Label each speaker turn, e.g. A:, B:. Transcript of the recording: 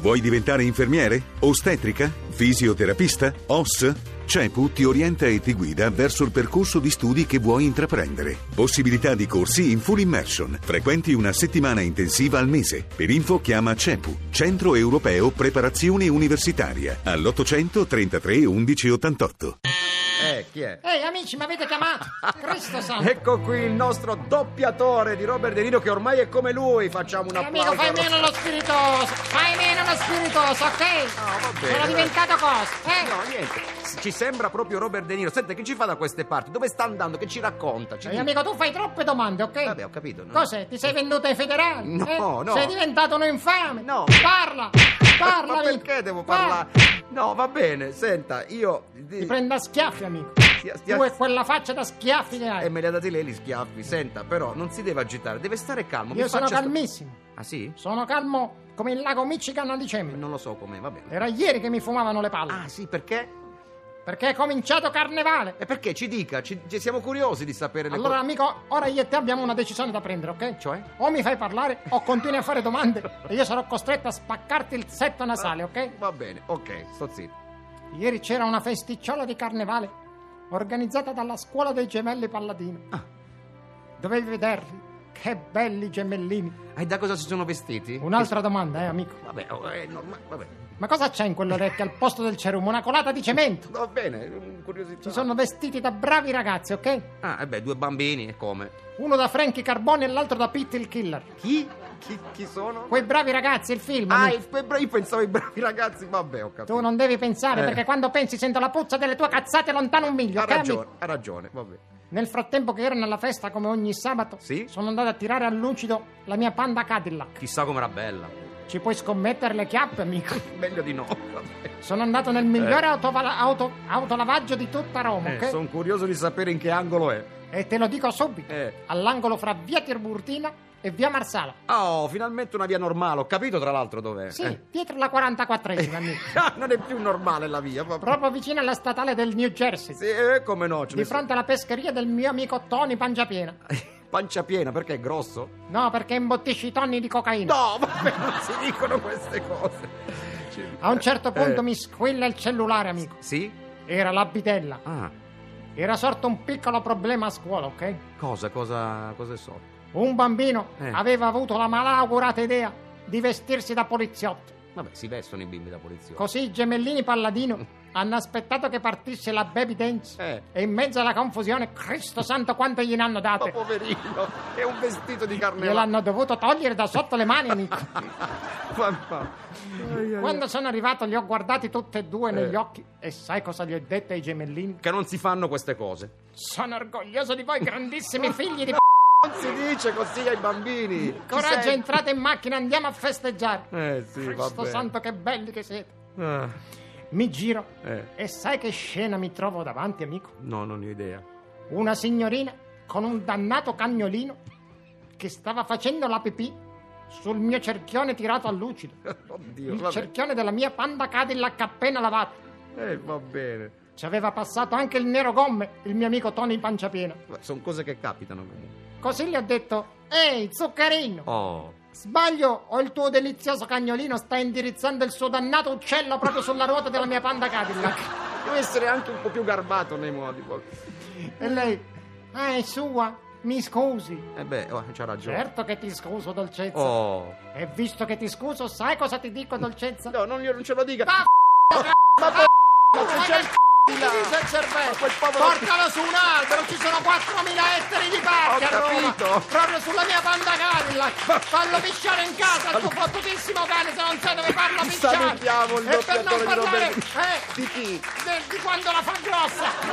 A: Vuoi diventare infermiere? Ostetrica? Fisioterapista? OS? CEPU ti orienta e ti guida verso il percorso di studi che vuoi intraprendere. Possibilità di corsi in full immersion. Frequenti una settimana intensiva al mese. Per info chiama CEPU, Centro Europeo Preparazione Universitaria, all'800 33 11 88.
B: Eh, chi è?
C: Ehi amici, mi avete chiamato? Cristo santo!
B: Ecco qui il nostro doppiatore di Robert De Niro che ormai è come lui. Facciamo un
C: Eh, Amico,
B: applauso.
C: fai meno lo spiritoso! Fai meno lo spiritoso, ok?
B: No, va bene.
C: Sono diventato cosa? Eh?
B: No, niente. Ci sembra proprio Robert De Niro. Senta, che ci fa da queste parti? Dove sta andando? Che ci racconta? Ci
C: Eh,
B: dica.
C: amico, tu fai troppe domande, ok?
B: Vabbè, ho capito, no.
C: Cos'è? Ti sei venduto ai federali?
B: No,
C: eh?
B: no.
C: Sei diventato un infame?
B: No.
C: Parla! Parla, Eh.
B: Ma
C: amico.
B: perché devo
C: Parla.
B: parlare? No, va bene, senta, io.
C: Ti prendo a schiaffi, amico.
B: Stia- stia-
C: Tu e quella faccia da schiaffi che hai.
B: E me li ha dati lei gli schiaffi. Senta, però, non si deve agitare, deve stare calmo.
C: Io
B: mi
C: sono
B: faccia sta-
C: calmissimo.
B: Ah, sì?
C: Sono calmo come il lago Michigan a dicembre.
B: Non lo so com'è, va bene.
C: Era ieri che mi fumavano le palle.
B: Ah, sì, perché?
C: Perché è cominciato carnevale.
B: E perché? Ci dica, ci- ci- siamo curiosi di sapere le
C: Allora,
B: cose.
C: amico, ora io e te abbiamo una decisione da prendere, ok?
B: Cioè?
C: O mi fai parlare o continui a fare domande e io sarò costretto a spaccarti il setto nasale, ok?
B: Va bene, Ah, ok, sto zitto.
C: Ieri c'era una festicciola di carnevale organizzata dalla scuola dei gemelli Palladino.
B: Ah.
C: Dovevi vederli. Che belli gemellini.
B: E da cosa si sono vestiti?
C: Un'altra domanda, eh, amico.
B: Vabbè, oh, è normale, vabbè.
C: Ma cosa c'è in quell'orecchio al posto del cerumo? Una colata di cemento.
B: Va bene, mm, curiosità.
C: Si sono vestiti da bravi ragazzi, ok?
B: Ah, e beh, due bambini, e come?
C: Uno da Frankie Carboni e l'altro da Pete il Killer.
B: Chi? Chi, chi sono?
C: Quei bravi ragazzi, il film.
B: Ah,
C: amico.
B: i- quei bra- io pensavo ai bravi ragazzi, vabbè, ho capito.
C: Tu non devi pensare
B: Eh.
C: perché quando pensi sento la puzza delle tue cazzate lontano un miglio.
B: Ha
C: ok, amico?
B: ragione, ha ragione, vabbè.
C: Nel frattempo che ero nella festa come ogni sabato,
B: Sì?
C: sono andato a tirare al lucido la mia panda Cadillac.
B: Chissà com'era bella.
C: Ci puoi scommettere le chiappe, amico.
B: Meglio di no. vabbè.
C: Sono andato nel migliore autovala- auto- autolavaggio di tutta Roma,
B: Eh,
C: ok?
B: Sono curioso di sapere in che angolo è.
C: E te lo dico subito.
B: Eh.
C: All'angolo fra via Tiburtina e via Marsala.
B: Oh, finalmente una via normale, ho capito tra l'altro dov'è.
C: Sì,
B: Eh.
C: dietro la 44esima, amico.
B: Ah, non è più normale la via, vabbè.
C: Proprio vicino alla statale del New Jersey.
B: Sì, eh, come no, ce
C: Di
B: ne sono-
C: fronte alla pescheria del mio amico Tony Pangiapiena.
B: Pancia piena, perché è grosso?
C: No, perché imbottisci tonni di cocaina.
B: No, vabbè, non si dicono queste cose. Ci-
C: A un certo punto
B: Eh.
C: mi squilla il cellulare, amico.
B: Sì?
C: Era la bidella.
B: Ah,
C: Era sorto un piccolo problema a scuola, ok?
B: cosa, cosa, cosa so?
C: Un bambino
B: Eh.
C: aveva avuto la malaugurata idea di vestirsi da poliziotto.
B: Vabbè, si vestono i bimbi da polizia.
C: Così i gemellini Palladino hanno aspettato che partisse la baby dance
B: Eh.
C: e in mezzo alla confusione, Cristo santo quante gliene hanno
B: Ma
C: date.
B: poverino, è un vestito di carne
C: Gliel'hanno dovuto togliere da sotto le mani, amico.
B: Eh.
C: Quando sono arrivato li ho guardati tutti e due
B: Eh.
C: negli occhi e sai cosa gli ho detto ai gemellini?
B: Che non si fanno queste cose.
C: Sono orgoglioso di voi, grandissimi figli di p***a.
B: Non si dice così ai bambini. Ci
C: Coraggio,
B: sei-
C: entrate in macchina, andiamo a festeggiare.
B: Eh sì, va
C: Cristo
B: bene.
C: santo, che belli che siete.
B: Ah,
C: Mi giro
B: Eh.
C: e sai che scena mi trovo davanti, amico?
B: no, non ne ho idea.
C: Una signorina con un dannato cagnolino che stava facendo la pipì sul mio cerchione tirato a lucido.
B: Oddio,
C: Il
B: vabbè.
C: cerchione della mia panda Cadillac appena lavato.
B: Eh, va bene.
C: Ci aveva passato anche il nero gomme, il mio amico Tony Panciapiena.
B: Sono cose che capitano comunque.
C: Così gli ho detto: Ehi, zuccherino!
B: Oh.
C: Sbaglio o il tuo delizioso cagnolino sta indirizzando il suo dannato uccello proprio sulla ruota della mia panda Cadillac?
B: Devo essere anche un po' più garbato nei modi. poi.
C: E lei, ah, è sua, mi scusi.
B: Eh beh, oh, c'ha ragione.
C: Certo che ti scuso, dolcezza.
B: Oh.
C: E visto che ti scuso, sai cosa ti dico, dolcezza?
B: No, non, io non ce lo dica.
C: Ma
B: Ma poi
C: sai
B: c'è
C: che
B: il
C: c***o
B: di
C: ti
B: là.
C: dice il cervello?
B: Ma quel povero-
C: Portalo su un albero, ci sono 4.000 ettari di
B: Ho
C: parchi a Roma.
B: capito.
C: Proprio sulla mia panda Cadillac. Fallo pisciare in casa, il tuo fottutissimo cane, se non sai dove farlo pisciare.
B: Salutiamo il
C: E per non
B: doppiatore di
C: parlare,
B: Roberto.
C: eh,
B: Di chi?
C: del- di quando la fa grossa.